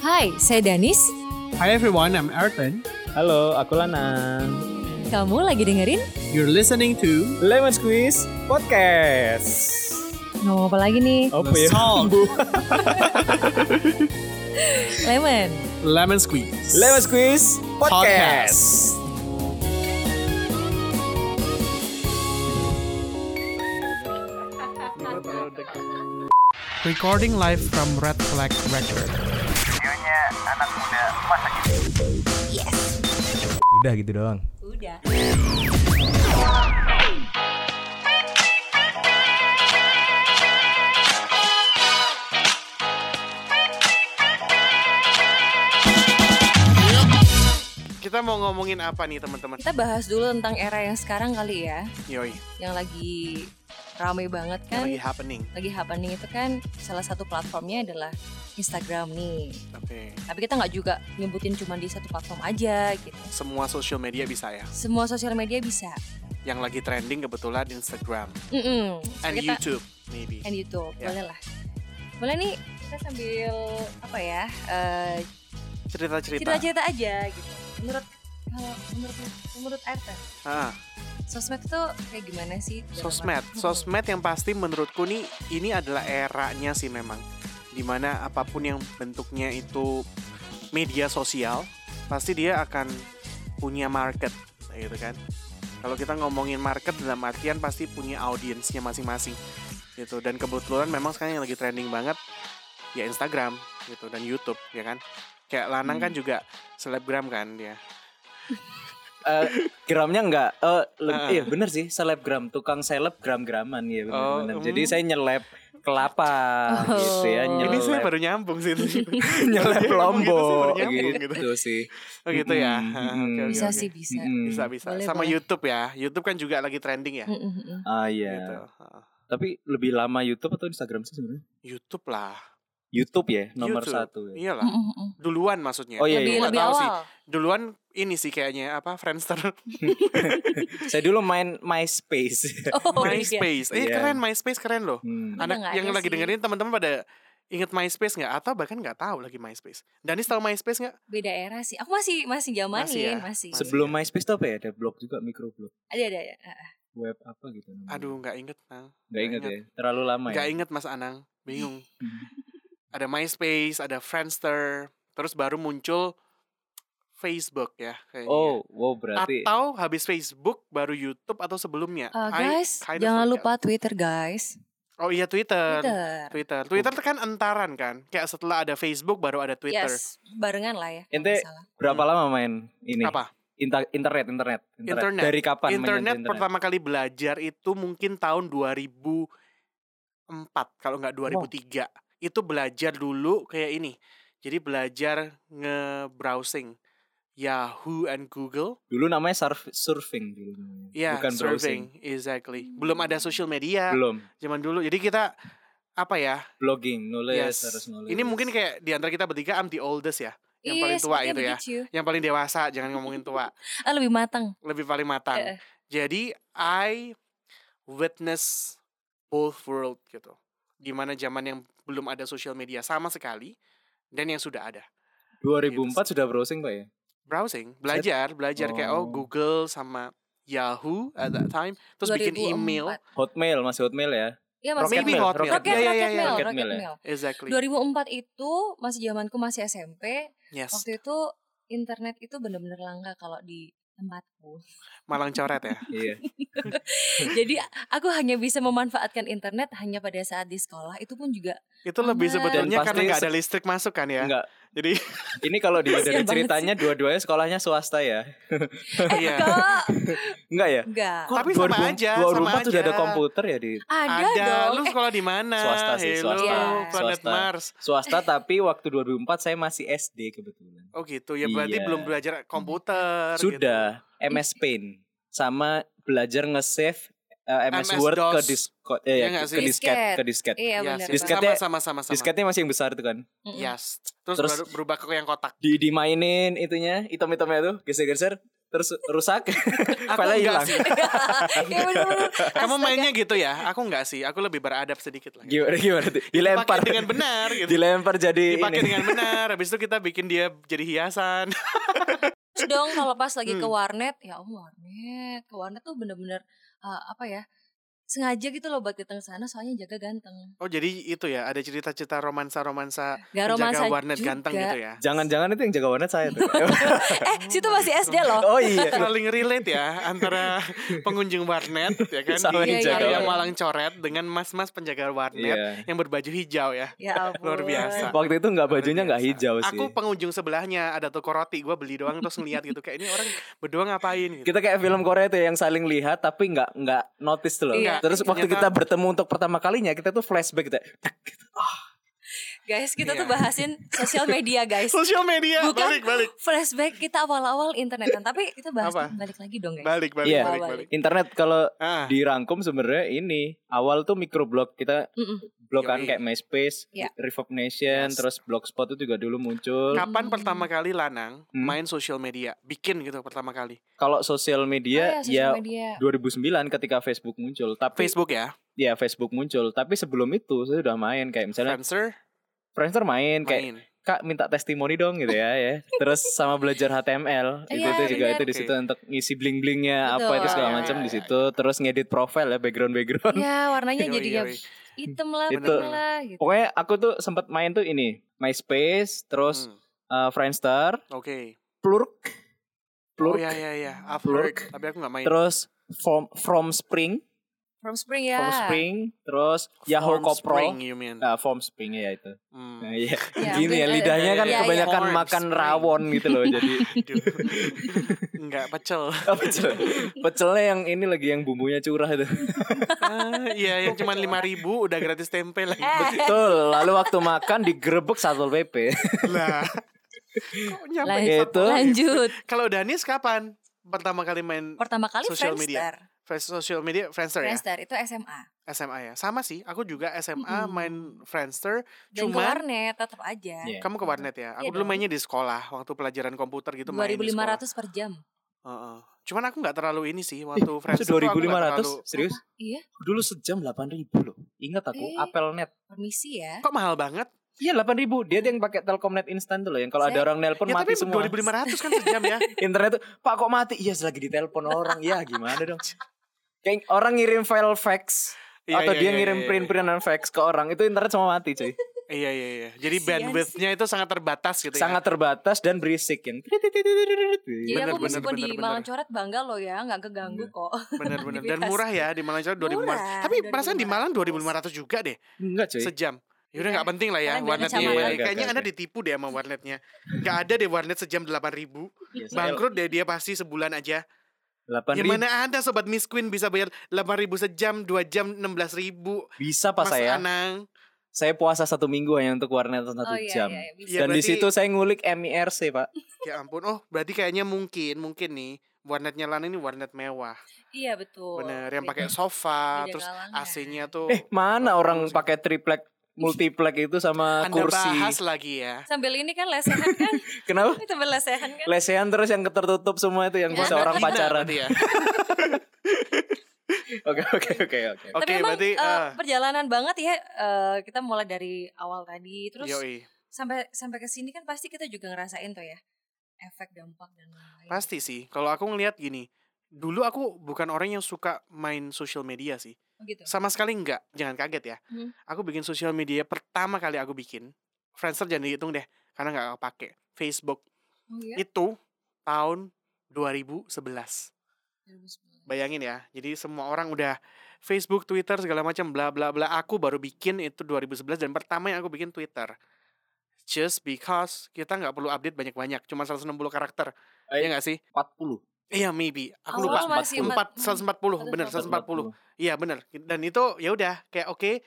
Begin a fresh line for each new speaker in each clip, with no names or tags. Hai, saya Danis.
Hi everyone, I'm Arton.
Halo, aku Lana.
Kamu lagi dengerin?
You're listening to
Lemon Squeeze Podcast.
Ngomong apa lagi nih?
Apa
The
ya?
Song
Lemon.
Lemon Squeeze.
Lemon Squeeze Podcast.
Recording live from Red Flag Record.
Udah gitu doang.
Udah.
Kita mau ngomongin apa nih teman-teman?
Kita bahas dulu tentang era yang sekarang kali ya,
Yoi,
yang lagi rame banget kan.
yang lagi happening.
Lagi happening itu kan salah satu platformnya adalah Instagram nih.
Oke,
Tapi kita nggak juga nyebutin cuma di satu platform aja gitu.
semua social media bisa ya.
Semua sosial media bisa.
Yang lagi trending kebetulan Instagram
Mm-mm. So,
and
kita, Eh,
YouTube maybe.
and YouTube,
Ya.
boleh lah. Boleh nih kita sambil apa ya? eh,
Cerita-cerita.
cerita-cerita aja gitu. Menurut kalau menurut menurut Arta,
Ah,
sosmed tuh kayak gimana sih? dalam
sosmed,
arti-
sosmed yang pasti menurutku nih ini adalah eranya sih memang. Dimana apapun yang bentuknya itu media sosial, pasti dia akan punya market, gitu kan? Kalau kita ngomongin market dalam artian pasti punya audiensnya masing-masing, gitu. Dan kebetulan memang sekarang yang lagi trending banget ya Instagram, gitu dan YouTube, ya kan? Kayak Lanang kan juga selebgram kan dia.
Eh, gramnya enggak eh le-
Ah.
iya bener sih selebgram tukang seleb gram graman ya bener,
Oh,
bener.
hmm.
jadi saya nyeleb kelapa
Oh.
gitu ya
Ini
Ini saya
nyeleb
baru nyambung sih.
nyeleb
Gitu sih, baru
lombok
nyambung
gitu,
gitu.
sih
Oh gitu ya.
Mm-mm,
Ah,
mm-mm.
oke, oke,
Bisa
oke.
sih bisa.
Mm-mm.
Bisa bisa.
Boleh,
Sama
boleh.
YouTube ya. YouTube kan juga lagi trending ya.
Mm, mm, mm.
ah iya
Gitu. Ah,
tapi lebih lama YouTube atau Instagram sih sebenarnya
YouTube lah.
YouTube ya nomor
YouTube.
satu ya.
Mm,
Iyalah.
mm, mm.
Duluan maksudnya.
Oh, iya,
Lebih
iya.
Nggak
lebih
tahu sih.
awal.
Duluan ini sih kayaknya apa Friendster,
saya dulu main MySpace
Oh, iya.
MySpace. Eh
Iya.
keren MySpace keren loh.
Hmm.
Mana nggak
Anak yang
ada
lagi
sih.
dengerin teman-teman pada inget MySpace nggak? Atau bahkan nggak tahu lagi MySpace. Danis tahu MySpace nggak?
Hmm.
Beda era sih. Aku masih masih jamanin, masih.
Masih ya?
sebelum MySpace tuh apa ya ada blog juga microblog
Ada ada. ada. Ah, ah.
web apa gitu namanya.
Aduh nggak inget. Nang.
nggak inget
nggak
ya terlalu lama
Nggak
ya
inget Mas Anang. Bingung. ada MySpace, ada Friendster, terus baru muncul Facebook ya kayaknya.
oh wow berarti
Atau habis Facebook baru YouTube atau sebelumnya?
Uh,
I
guys,
kind of
jangan
forget.
lupa Twitter guys.
Oh iya Twitter. Twitter.
Twitter.
Twitter, kan entaran kan? Kayak setelah ada Facebook baru ada Twitter.
Yes, barengan lah ya. kalau
Ente-
nggak salah.
berapa lama main ini
Apa?
Inta- internet, internet
Internet.
dari kapan mainnya
internet, pertama kali belajar itu mungkin tahun 2004 kalau nggak 2003. Itu belajar dulu kayak ini. Jadi belajar nge-browsing Yahoo and Google.
dulu namanya surf- surfing dulu namanya.
Ya,
bukan browsing
surfing, exactly. Belum
Hmm.
ada social media
belum
zaman dulu. Jadi kita apa ya?
blogging nulis
Yes.
harus nulis
Ini mungkin kayak di antara kita bertiga I'm the oldest ya. Yang
Iya,
paling tua
sepertinya
itu ya.
begitu.
Yang paling dewasa, jangan ngomongin tua.
Ah, lebih matang.
Lebih paling
Iya.
matang.
Eh, eh.
Jadi I witness both world gitu. Gimana zaman yang belum ada social media sama sekali dan yang sudah ada.
2004
Gitu
sudah browsing pak ya
Browsing, belajar, belajar kayak oh
Oh.
Google sama Yahoo at that time, terus bikin
2004.
email.
Hotmail masih Hotmail ya
Iya,
Rocket
masih
Maybe
Mail,
Hotmail.
Rocket,
Iya, iya,
Rocket
iya,
Mail,
Rocket
Rocket
Mail ya.
Mail.
Exactly.
2004 itu masih zamanku masih SMP.
Yes.
Waktu itu internet itu bener-bener langka kalau di tempatku.
Malang coret ya.
iya
Jadi aku hanya bisa memanfaatkan internet hanya pada saat di sekolah. Itu pun juga
Itu lebih
Aman.
sebetulnya
Dan
karena
pasti
nggak ada
se-
listrik masuk kan ya.
enggak
Jadi
ini kalau dilihat
Kasian
dari
banget sih.
ceritanya dua-duanya sekolahnya swasta ya
iya.
Kalau
enggak ya
Eh, enggak.
Kok Tapi sama aja, sama
2004 sudah ada
aja.
komputer ya di
Ada,
Ada,
dong.
lu
Eh,
sekolah di mana?
Swasta sih,
Hello,
swasta.
Iya.
planet
Swasta.
Mars.
swasta tapi waktu 2004 saya masih SD kebetulan.
Oh gitu, ya berarti
Iya.
belum belajar komputer. gitu.
Sudah MS Paint sama belajar nge-save eh, MS,
MS
Word ke
DOS.
disk
Iya
eh,
nggak
ke
sih?
disket
Disket.
ke disket.
iya
Gitu.
benar.
Yes, yes.
Disketnya-
sama sama sama. sama.
Disketnya masih yang besar tuh kan.
Mm-mm.
Yes. Terus,
Terus-
baru berubah ke yang kotak.
Di dimainin itunya, item-itemnya tuh geser-geser terus rusak
Aku
filenya
enggak
hilang
sih.
ya bener-bener.
Kamu
Astaga.
mainnya gitu ya? Aku enggak sih. Aku lebih beradab sedikit lah.
gimana gimana tuh? dilempar
Dipakai dengan benar gitu.
dilempar jadi
Dipakai
ini
dengan benar. Habis itu kita bikin dia jadi hiasan.
Terus dong kalau pas lagi ke
Hmm.
warnet, ya om warnet, ke warnet tuh bener-bener eh, apa ya? Sengaja gitu loh buat datang sana soalnya jaga ganteng.
Oh jadi itu ya ada cerita-cerita romansa-romansa
Gak
penjaga
romansa
warnet
juga.
ganteng gitu ya.
jangan-jangan itu yang jaga warnet saya tuh
Eh, situ masih SD loh.
oh iya
Saling relate ya antara pengunjung warnet ya kan
Sama
di
yang jaga
area
warnet.
Malang Coret dengan mas-mas penjaga warnet
Iya.
yang berbaju hijau ya.
Ya ampun.
Luar biasa.
waktu itu nggak
Luar
bajunya nggak
biasa.
hijau sih
Aku pengunjung sebelahnya ada toko roti, gue beli doang terus ngeliat gitu kayak ini orang berdua ngapain gitu.
kita kayak film Korea tuh ya, yang saling lihat tapi nggak nggak notice tuh loh.
Iya.
Terus waktu
Ternyata-
kita bertemu untuk pertama kalinya kita tuh flashback gitu.
Guys, kita tuh
Iya.
bahasin sosial media, guys.
Sosial media
Bukan.
balik balik
Flashback kita awal-awal internetan, tapi kita bahas
Apa?
balik lagi dong, guys.
balik balik
Iya.
balik
Bawa
balik.
Internet kalau
Ah,
dirangkum sebenarnya ini awal tuh microblog kita
Mm-mm.
blog kan
Yoi.
kayak MySpace,
Iya. Nah.
Reverb Nation,
Yes.
terus blogspot itu juga dulu muncul.
kapan pertama kali lanang
Hmm.
main sosial media? Bikin gitu pertama kali.
Kalau sosial
Oh
Iya,
media
sosial
ya
media.
2009 ketika Facebook muncul. Tapi
Facebook ya,
ya Facebook muncul, tapi sebelum itu saya udah main kayak misalnya
Friendster
Friendster main kan kayak
main.
Kak minta testimoni dong gitu ya ya. Terus sama belajar HTML itu
Iya,
itu juga
bener.
itu di situ untuk ngisi bling-blingnya apa
Betul.
itu segala
Iya,
macam
iya,
di
iya,
situ. Terus ngedit profile ya background-background.
Ya, warnanya
Iya,
Yoi,
jadinya
yoi.
hitam lah,
Itu.
putih lah gitu.
Pokoknya aku tuh sempat main tuh ini MySpace, terus
Hmm,
eh, Friendster,
Oke.
Plurk,
Oh iya.
Plurk,
ya ya ya,
Plurk.
Upwork. Tapi aku nggak main.
terus From From Spring,
From Spring ya.
From Spring, terus Yahoo
Form
Kopro.
Spring, you mean.
Ah, Form Spring ya itu.
Hmm.
Nah, iya.
Iya,
Gini ya
bener.
lidahnya kan
Iya, iya.
kebanyakan
Form
makan
Spring.
rawon gitu loh jadi
Aduh. Nggak pecel.
Oh, pecel. Pecelnya yang ini lagi yang bumbunya curah itu.
Ah, Iya, yang cuma lima ribu udah gratis tempe lagi.
Eh,
Betul. Lalu waktu makan digerebek satpol PP.
lah. Kok nyampe
Lanjut.
satu ya?
Itu.
lagi?
lanjut.
Kalau Danis kapan pertama kali main
Pertama kali
Sosial
Friendster.
media. fes- social media Friendster ya?
Friendster itu SMA.
SMA ya. Sama sih, aku juga SMA
Mm-mm.
main Friendster.
Dan ke
Cuman-
warnet tetap aja.
Iya.
Kamu ke warnet ya? Aku
Iya
dulu
dong.
mainnya di sekolah waktu pelajaran komputer gitu main di sekolah.
2500 per jam.
Heeh. Cuman aku nggak terlalu ini sih waktu
Itu
Friendster. tuh aku nggak
2500
terlalu-
serius?
Iya,
Dulu sejam 8000 loh. Ingat aku,
Eh.
Apple Net.
permisi ya.
Kok mahal banget?
Iya 8000. Dia tuh yang pakai Telkomnet instan tuh loh yang kalau ada
Saya-
orang nelpon
ya tapi
mati semua.
2500 kan sejam ya.
Internet tuh, "Pak kok mati?" Iya, lagi ditelepon orang. Ya gimana dong? Kayak orang ngirim file fax
Iya,
atau
iya,
dia
iya,
ngirim
iya, iya.
print-printan fax ke orang, itu internet semua mati, cuy.
Iya iya iya. Jadi
Kasian
bandwidthnya itu sangat terbatas gitu ya.
Sangat terbatas dan berisik yang.
Iya.
Iya.
Jadi
Bener,
aku
bener,
meskipun di
bener, Iya. bener.
Malang Coret bangga loh ya, nggak keganggu kok.
Bener-bener dan
Aktivitas.
murah ya di Malang Jawa 2500.
Murah,
Tapi perasaan di Malang
2500.
2500 juga deh
Enggak, cuy.
sejam. Ya udah
Iya.
nggak penting lah ya
Kalian beda
warnetnya.
sama.
Iya,
Iya,
Kayaknya
oke,
Anda
oke.
ditipu deh sama warnetnya. Gak ada deh warnet sejam 8000.
Iya, saya-
Bangkrut deh dia pasti sebulan aja.
8.000
Gimana ada sobat Miss Queen bisa bayar 8000 sejam, 2 jam 16000.
bisa pas
Mas
saya.
Anang.
Saya puasa satu minggu hanya untuk warnet satu
iya,
jam.
iya, bisa.
Iya,
Dan di
berarti-
situ saya ngulik MIRC pak.
Ya ampun. Oh, berarti kayaknya mungkin mungkin nih warnetnya Lana ini warnet mewah.
Iya betul. Gitu.
Bener, yang
Beda-
pakai sofa,
beda
terus
kalangan.
AC-nya tuh
Eh mana
Oh,
orang
kursi.
pakai triplek, multiplek itu sama
Anda
kursi.
bahas lagi ya.
Sambil ini kan lesehan kan?
Kenapa?
Itu lesehan kan?
Lesehan terus yang tertutup semua itu yang bisa
Warnet
orang
Lina
pacaran.
berarti ya.
Oke oke oke oke.
Oke,
Tapi emang
berarti
eh,
ah,
perjalanan banget ya eh, kita mulai dari awal tadi terus
yoi.
sampai sampai ke sini kan pasti kita juga ngerasain tuh ya efek dampak dan lain-lain.
Pasti sih. Kalau aku ngelihat gini, dulu aku bukan orang yang suka main sosial media sih.
Gitu.
Sama sekali enggak. Jangan kaget ya.
Hmm.
Aku bikin sosial media pertama kali aku bikin, Friendster jangan dihitung deh karena nggak aku pakai. Facebook
Oh iya.
itu tahun 2011.
2019.
Bayangin ya. Jadi semua orang udah Facebook, Twitter segala macam bla bla bla. Aku baru bikin itu 2011 dan pertama yang aku bikin Twitter. Just because kita nggak perlu update banyak-banyak, cuma 160 karakter.
Eh,
Iya nggak sih?
40.
Iya, maybe. Aku
Awal
lupa.
masih Oh, iya,
40,
empat-
140, bener 140. Iya, bener. Dan itu ya udah kayak oke.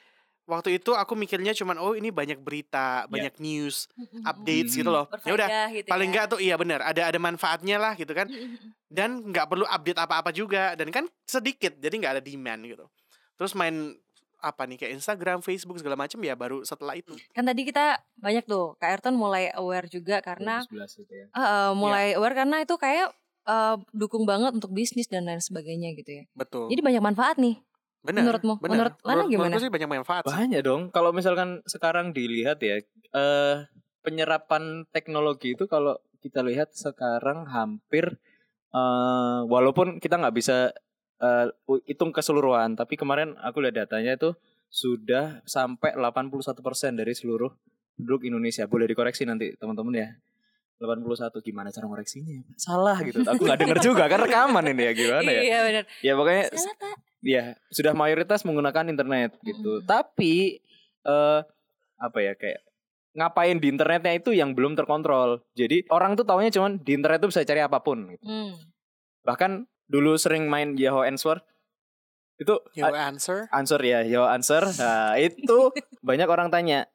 Waktu itu aku mikirnya cuman oh ini banyak berita,
Iya.
banyak news,
Mm-mm.
updates
Mhm.
gitu loh. Ya udah,
Berfaedah gitu
paling
ya.
enggak tuh iya bener ada ada manfaatnya lah gitu kan.
Mm-mm.
Dan nggak perlu update apa-apa juga dan kan sedikit jadi nggak ada demand gitu. Terus main apa nih kayak Instagram, Facebook segala macam ya baru setelah itu.
Kan tadi kita banyak tuh Kak Erton mulai aware juga karena
2011 gitu ya.
Iya.
eh, eh, mulai aware karena itu kayak eh, dukung banget untuk bisnis dan lain sebagainya gitu ya.
Betul.
Jadi banyak manfaat nih.
benar.
menurutmu?
benar.
Menurut Lana
Menurut-
gimana?
menurutku sih banyak manfaat. sih.
Banyak dong. Kalau misalkan sekarang dilihat ya, eh, penyerapan teknologi itu kalau kita lihat sekarang hampir, eh, walaupun kita nggak bisa eh, u- hitung keseluruhan, tapi kemarin aku lihat datanya itu sudah sampai 81% dari seluruh penduduk Indonesia. Boleh dikoreksi nanti teman-teman ya. 81 gimana cara ngoreksinya? Salah gitu. Aku nggak denger juga kan rekaman ini ya gimana ya?
Iya benar.
Ya pokoknya
Salah tak?
ya sudah mayoritas menggunakan internet
Mm.
gitu. Tapi eh apa ya kayak ngapain di internetnya itu yang belum terkontrol. Jadi orang tuh taunya cuman di internet tuh bisa cari apapun gitu.
Hmm.
Bahkan dulu sering main Yahoo Answer itu
Your answer?
a- answer ya, Yahoo Answer. Nah, itu banyak orang tanya.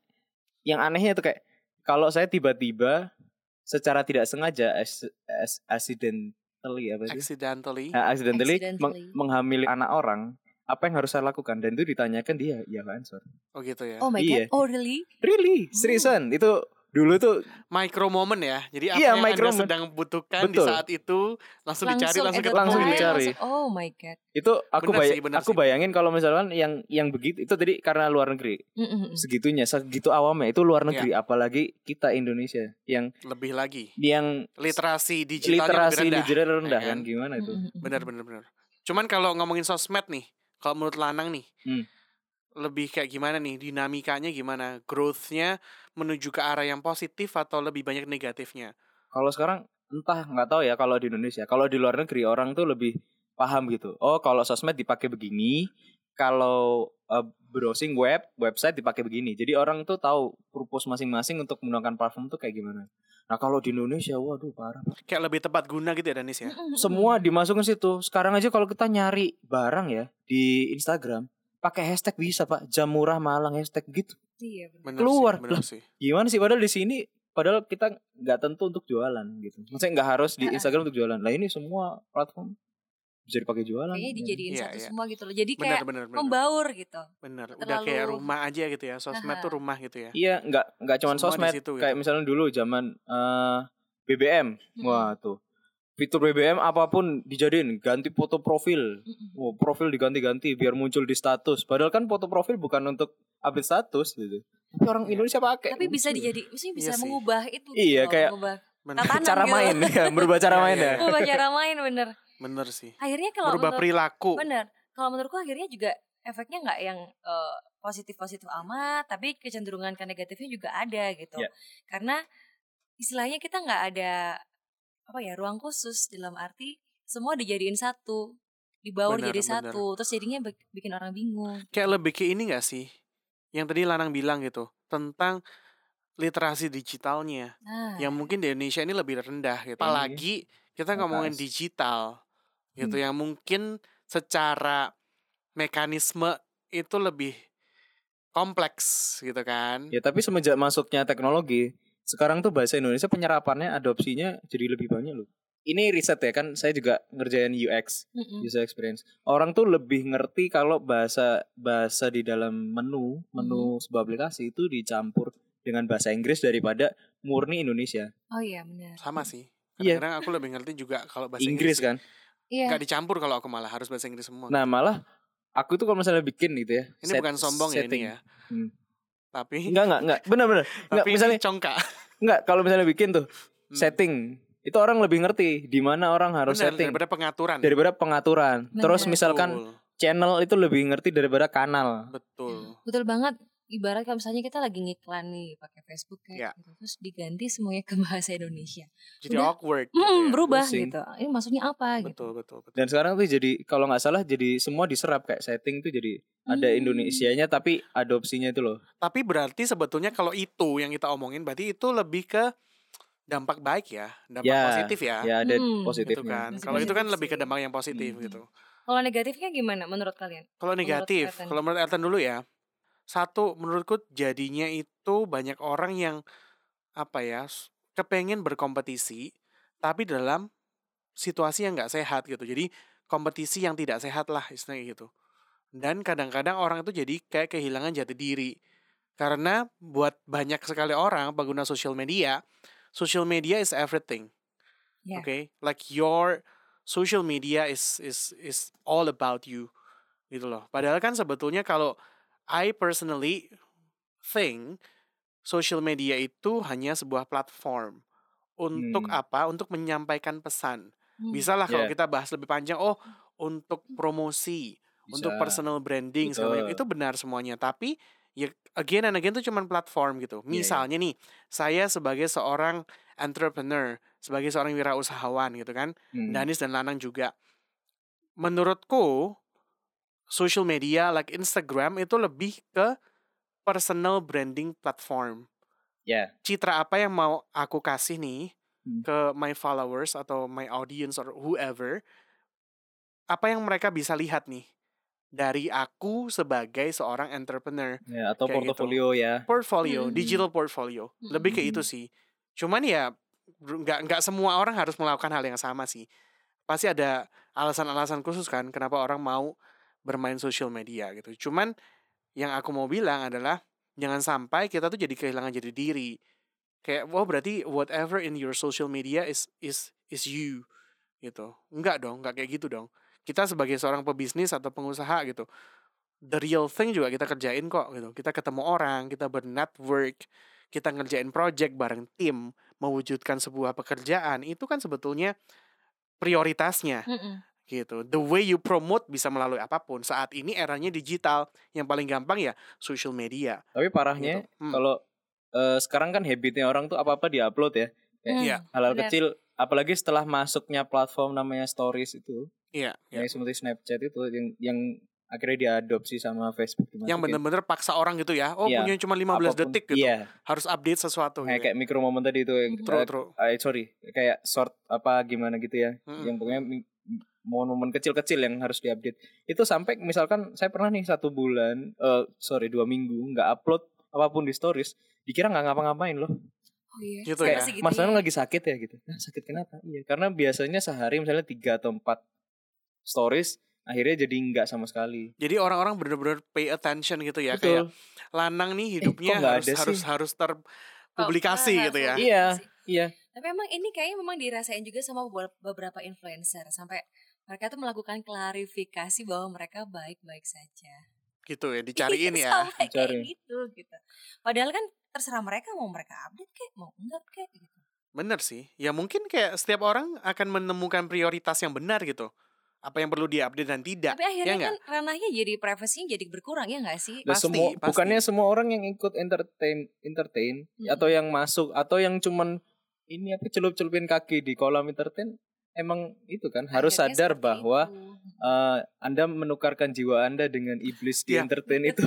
Yang anehnya itu kayak kalau saya tiba-tiba secara tidak sengaja as, as- accidentally apa sih?
Accidentally.
Nah, accidentally, meng-
Accidentally.
menghamili anak orang, apa yang harus saya lakukan? Dan itu ditanyakan dia, ya answer.
Oh gitu ya.
Oh my
Iya.
god. Oh really?
Really? Seriusan? Itu dulu tuh
Micro moment ya. Jadi apa
Iya,
yang
micro
Anda
moment.
sedang butuhkan di
Betul.
saat itu langsung, dicari langsung
at the
ketemu.
Langsung
time,
dicari.
langsung- oh my god.
itu aku
Bener
bay-
sih, bener
aku
sih.
bayangin kalau misalkan yang yang begitu itu tadi karena luar negeri.
Mm-mm.
Segitunya, segitu awamnya itu luar negeri
Iya.
apalagi kita Indonesia yang
Lebih lagi.
yang
Literasi digitalnya
literasi
lebih rendah.
digital rendah
ya
kan?
kan?
gimana itu?
Mm-mm.
Benar benar benar. Cuman kalau ngomongin sosmed nih, kalau menurut Lanang nih,
Hmm.
lebih kayak gimana nih dinamikanya gimana? Growth-nya menuju ke arah yang positif atau lebih banyak negatifnya?
Kalau sekarang entah nggak tahu ya kalau di Indonesia. Kalau di luar negeri orang tuh lebih paham gitu. Oh, kalau sosmed dipakai begini, kalau eh, browsing web, website dipakai begini. Jadi orang tuh tahu purpose masing-masing untuk menggunakan platform tuh kayak gimana. Nah, kalau di Indonesia waduh parah.
Kayak lebih tepat guna gitu ya Danis ya.
Mm-mm.
Semua dimasukin situ. Sekarang aja kalau kita nyari barang ya di Instagram, pakai hashtag bisa, Pak. Jam murah Malang hashtag gitu.
Iya, benar.
Bener
Keluar.
Sih, bener
Lah.
sih.
Gimana sih padahal di sini padahal kita nggak tentu untuk jualan gitu. Maksudnya nggak harus di
Heeh.
Instagram untuk jualan. Lah ini semua platform bisa dipakai jualan.
Kayaknya dijadiin
Iya,
satu
iya.
semua gitu loh. Jadi
Bener
kayak
bener bener.
membaur gitu.
bener. Udah kayak
terlalu- Nah.
rumah aja gitu ya. Sosmed tuh
Aha.
rumah gitu ya.
Iya, nggak nggak cuman
Semua di
sosmed.
situ gitu. Hmm.
Kayak misalnya dulu zaman eh, BBM,
Mm-mm.
wah tuh fitur BBM apapun dijadiin ganti foto profil.
Mm-mm.
Wah, profil diganti-ganti biar muncul di status. Padal kan foto profil bukan untuk update status gitu. Tapi orang
Iya.
Indonesia pakai. Gitu.
Tapi bisa dijadi, maksudnya bisa
Iya sih.
mengubah itu. gitu
Iya,
loh,
kayak-
mengubah,
Bener,
Tatanan
cara
gitu.
main ya, berubah cara
Iya,
main
iya,
ya.
mengubah cara main bener.
bener sih.
Akhirnya kalau
Merubah
menurut-
perilaku.
Bener. Kalau menurutku akhirnya juga efeknya nggak yang eh, positif-positif amat, tapi kecenderungan ke negatifnya juga ada gitu.
Ya.
Karena istilahnya kita nggak ada apa ya ruang khusus dalam arti semua dijadiin satu, dibawa
Bener,
jadi
bener.
satu, terus jadinya bi- bikin orang bingung.
kayak lebih ke ini gak sih? Yang tadi Lanang bilang gitu tentang literasi digitalnya
Nah,
yang mungkin di Indonesia ini lebih rendah gitu. Apalagi kita
Atas.
ngomongin digital gitu
Hmm.
yang mungkin secara mekanisme itu lebih kompleks gitu kan.
Ya tapi semenjak masuknya teknologi, sekarang tuh bahasa Indonesia penyerapannya, adopsinya jadi lebih banyak loh. Ini riset ya kan, saya juga ngerjain UX,
ya
mm-mm.
user experience. Orang tuh lebih ngerti kalau bahasa bahasa di dalam menu,
Hmm.
menu sebuah aplikasi itu dicampur dengan bahasa Inggris daripada murni Indonesia.
oh iya benar.
Sama sih.
Iya.
Kadang-kadang aku lebih ngerti juga kalau bahasa
Inggris
Inggris,
kan.
Iya.
Gak dicampur kalau aku malah harus bahasa Inggris semua. gitu.
Nah, malah aku tuh kalau misalnya bikin gitu ya.
ini bukan sombong ya ini ya.
Hmm.
Tapi
Enggak, enggak, enggak. Benar-benar. Enggak,
tapi ini
misalnya
congkak.
enggak kalau misalnya bikin tuh
Hmm.
setting itu orang lebih ngerti di mana orang harus
Bener,
setting
daripada pengaturan.
daripada pengaturan.
Benar.
iya.
Terus misalkan channel itu lebih ngerti daripada kanal.
betul.
Betul banget. Ibarat kalau misalnya kita lagi ngiklan nih pakai Facebook
Ya.
kayak gitu, terus diganti semuanya ke bahasa Indonesia.
betul. Jadi
Udah.
awkward gitu
Mm,
ya.
berubah
Pusing.
gitu. Ini maksudnya apa gitu.
betul betul betul
Dan sekarang tuh jadi kalau nggak salah jadi semua diserap kayak setting tuh jadi ada
Hmm.
Indonesianya tapi adopsinya itu loh.
tapi berarti sebetulnya kalau itu yang kita omongin berarti itu lebih ke dampak baik ya dampak
Ya,
positif ya,
Ya ada
Hmm.
gitu
positifnya.
kan
Masih
kalau itu kan
positif
lebih ke
sih.
dampak yang positif
Hmm.
gitu
Kalau negatifnya gimana menurut kalian?
kalau negatif
Elton.
kalau menurut Elton dulu ya satu menurutku jadinya itu banyak orang yang apa ya s- kepengen berkompetisi tapi dalam situasi yang nggak sehat gitu jadi kompetisi yang tidak sehat lah istilahnya gitu dan kadang-kadang orang itu jadi kayak kehilangan jati diri karena buat banyak sekali orang pengguna sosial media sosial media is everything
Yeah.
okay like your social media is is is all about you gitu loh padahal kan sebetulnya kalau I personally think social media itu hanya sebuah platform untuk
Hmm.
apa untuk menyampaikan pesan
Hmm.
bisa lah kalau
Yeah.
kita bahas lebih panjang oh untuk promosi untuk
Bisa.
personal branding segala macam
Betul.
itu benar semuanya tapi ya again and again itu cuman platform gitu
iya.
misalnya nih saya sebagai seorang entrepreneur sebagai seorang wirausahawan gitu kan
Hmm.
Danis dan Lanang juga menurutku social media like Instagram itu lebih ke personal branding platform
Yeah.
citra apa yang mau aku kasih nih
Ya. Hmm.
ke my followers atau my audience or whoever apa yang mereka bisa lihat nih dari aku sebagai seorang entrepreneur
Ya, atau
Kayak gitu.
portofolio ya.
portfolio
Mm-mm.
digital portfolio lebih ke itu sih cuman ya bro, nggak nggak semua orang harus melakukan hal yang sama sih pasti ada alasan-alasan khusus kan kenapa orang mau bermain social media gitu cuman yang aku mau bilang adalah jangan sampai kita tuh jadi kehilangan jadi diri kayak wah berarti whatever in your social media is is is you gitu nggak dong nggak kayak gitu dong kita sebagai seorang pebisnis atau pengusaha gitu the real thing juga kita kerjain kok gitu kita ketemu orang kita bernetwork kita ngerjain project bareng tim mewujudkan sebuah pekerjaan itu kan sebetulnya prioritasnya
Mm-mm.
gitu the way you promote bisa melalui apapun saat ini eranya digital yang paling gampang ya social media
Tapi parahnya
gitu. Hmm.
kalau eh, sekarang kan habitnya orang tuh apa-apa diupload ya. Kayak
Hmm,
Iya.
Hal-hal
benar.
kecil apalagi setelah masuknya platform namanya stories itu,
iya iya.
yang seperti Snapchat itu yang yang akhirnya diadopsi sama Facebook
yang bener-bener paksa orang gitu ya oh
Iya.
punya cuma 15 detik gitu
Iya,
harus update sesuatu
kayak,
gitu
kayak micro moment tadi itu. yang-
Mhm.
True,
eh,
true.
eh, sorry, kayak short apa gimana gitu ya.
Mm-mm.
Yang pokoknya mi- momen-momen kecil-kecil yang harus diupdate. Itu sampai misalkan saya pernah nih satu bulan, eh sorry dua minggu nggak upload apapun di stories, dikira nggak ngapa-ngapain loh.
Oh iya.
Gitu
Sampai
ya.
segitunya.
Mas Danang lagi sakit ya gitu. Nah, sakit kenapa? Iya, karena biasanya sehari misalnya tiga atau empat stories, akhirnya jadi nggak sama sekali.
jadi orang-orang bener-bener pay attention gitu ya kayak
Betul.
lanang nih
Eh, kok
hidupnya
nggak
harus
ada
harus
sih?
harus terpublikasi
Oh,
gitu ya.
benar.
Iya,
Sih.
iya.
Tapi emang ini kayaknya memang dirasain juga sama be- beberapa influencer sampai mereka tuh melakukan klarifikasi bahwa mereka baik-baik saja.
Gitu ya,
Iya,
dicariin ya.
sampai
Dicari.
kayak gitu gitu. Padahal kan terserah mereka mau mereka update kayak mau enggak kayak gitu.
Bener sih. Ya mungkin kayak setiap orang akan menemukan prioritas yang benar gitu. Apa yang perlu diupdate dan tidak.
Ya,
Tapi akhirnya
nggak?
kan ranahnya jadi privasinya jadi berkurang ya enggak sih?
Dan
Pasti,
semua
pasti.
bukannya semua orang yang ikut entertain entertain
Mm-mm.
atau yang masuk atau yang cuman ini apa celup-celupin kaki di kolam entertain emang itu kan harus
Akhirnya
sadar
seperti
bahwa
itu.
eh, Anda menukarkan jiwa Anda dengan iblis di
Iya.
entertain itu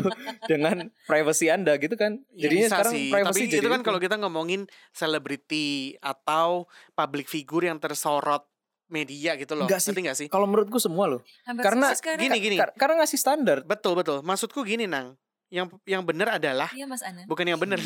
dengan privacy Anda gitu kan.
Ya,
Jadinya
bisa
sekarang
sih.
privacy
Tapi itu kan kalau kita ngomongin selebriti atau public figure yang tersorot media gitu loh.
Nggak sih.
Ngerti nggak sih?
kalau menurutku semua loh.
Hampir
Karena
susah sekarang.
Gini, gini.
Kar- karena ngasih standar.
Betul, betul. Maksudku gini, Nang. Yang yang benar adalah
Iya Mas Ana.
bukan yang benar.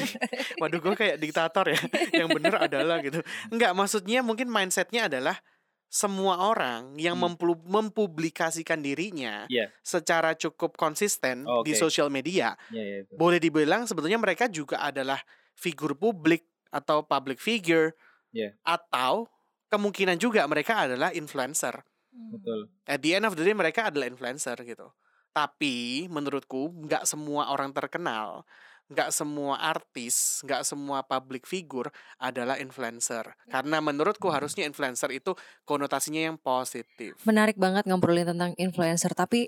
Waduh gue kayak diktator ya Yang bener adalah gitu Enggak maksudnya mungkin mindsetnya adalah Semua orang yang
Hmm.
mempu- mempublikasikan dirinya
Iya.
Secara cukup konsisten
Oh,
di
oke.
sosial media
Iya, iya, itu.
Boleh dibilang sebetulnya mereka juga adalah Figur publik atau public figure
Iya.
Atau kemungkinan juga mereka adalah influencer
Hmm.
Betul.
At the end of the day mereka adalah influencer gitu. Tapi menurutku nggak semua orang terkenal, nggak semua artis, nggak semua public figure adalah influencer. Karena menurutku
Hmm.
harusnya influencer itu konotasinya yang positif.
menarik banget ngobrolin tentang influencer tapi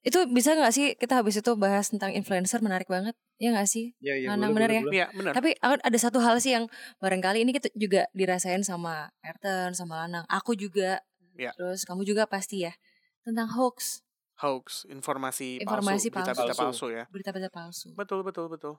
itu bisa nggak sih kita habis itu bahas tentang influencer menarik banget ya nggak sih
Iya, iya,
Lanang
boleh,
bener
boleh,
ya?
boleh.
Iya benar.
tapi aku- ada satu hal sih yang barangkali ini kita juga dirasain sama Erten sama Lanang aku juga
Iya.
terus kamu juga pasti ya tentang hoax
Hoax, informasi,
Informasi
palsu, berita-berita
palsu.
palsu. ya.
berita-berita palsu
Betul betul betul.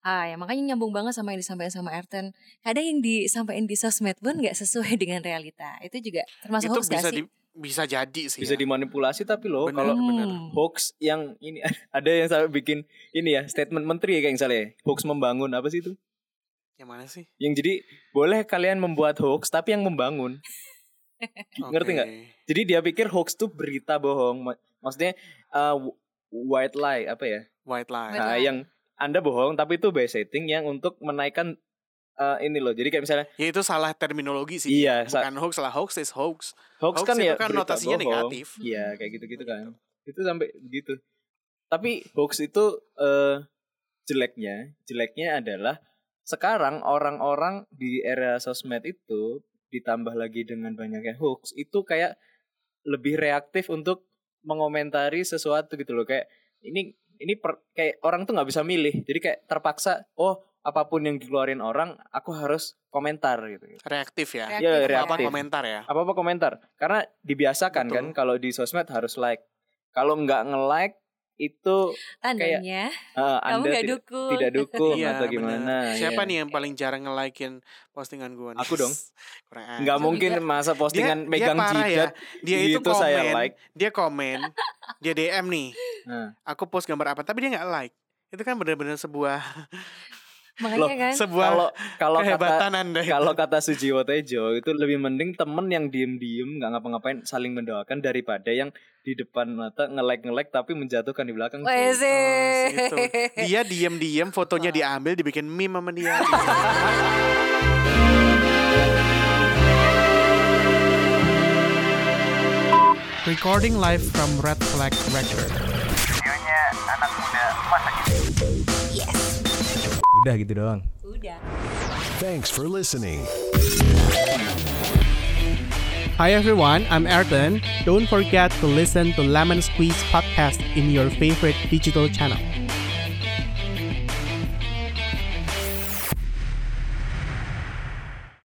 ah ya makanya nyambung banget sama yang disampaikan sama Erten kadang yang disampaikan di sosmed pun nggak sesuai dengan realita itu juga termasuk
itu
hoax nggak
bisa
sih
di- bisa jadi sih.
Bisa
ya.
dimanipulasi tapi loh
Bener,
kalau
bener.
Hmm.
hoax yang ini ada yang sampai bikin ini ya statement menteri ya kayak misalnya ya, hoax membangun apa sih itu
Yang mana sih?
yang jadi boleh kalian membuat hoax tapi yang membangun Ngerti nggak?
Oke.
jadi dia pikir hoax tuh berita bohong Ma- maksudnya uh, w- white lie apa ya
White lie.
White
Nah,
lie.
yang anda bohong tapi itu by setting yang untuk menaikkan eh, ini loh. Jadi kayak misalnya
Ya itu salah terminologi sih.
Iya, sa-
Bukan hoax lah, hoax is hoax.
hoax, kan
itu
ya
kan
berita
notasinya
bohong.
negatif.
Iya, kayak gitu-gitu kan. Itu sampai begitu. Tapi hoax itu eh, jeleknya, jeleknya adalah sekarang orang-orang di era sosmed itu ditambah lagi dengan banyaknya hoax itu kayak lebih reaktif untuk mengomentari sesuatu gitu loh kayak ini ini per- kayak orang tuh nggak bisa milih jadi kayak terpaksa oh apapun yang dikeluarin orang aku harus komentar gitu
Reaktif ya.
Reaktif.
Iya,
Apa
reaktif
komentar ya?
apa apa komentar karena dibiasakan
Betul.
kan kalau di sosmed harus like kalau nggak nge like itu
Tandanya
eh,
kamu
anda
nggak
tidak,
dukung.
tidak dukung
Iya,
atau
bener.
gimana
Siapa
iya.
nih yang paling jarang nge-likein postingan gue nih?
Aku dong.
Kurang
nggak
ajar.
mungkin
Juga.
masa
dia
postingan megang
parah ya.
jidat gitu
Dia itu, komen,
saya like
dia komen, dia DM nih.
Nah.
Aku post gambar apa tapi dia nggak like. Itu kan benar-benar sebuah
Makanya kan
sebuah
kalau kalau kata
kehebatan Anda itu.
kalau kata Sujiwo Tejo itu lebih mending temen yang diem-diem nggak ngapa-ngapain saling mendoakan daripada yang di depan mata nge-like nge-like tapi menjatuhkan di belakang.
WC. é.
Oh, gitu. Dia diem-diem fotonya diambil dibikin meme sama dia. Recording live from Red Flag Record.
Udah gitu doang.
Udah.
Thanks for listening.
Hi everyone, I'm Ertan. Don't forget to listen to Lemon Squeeze podcast in your favorite digital channel.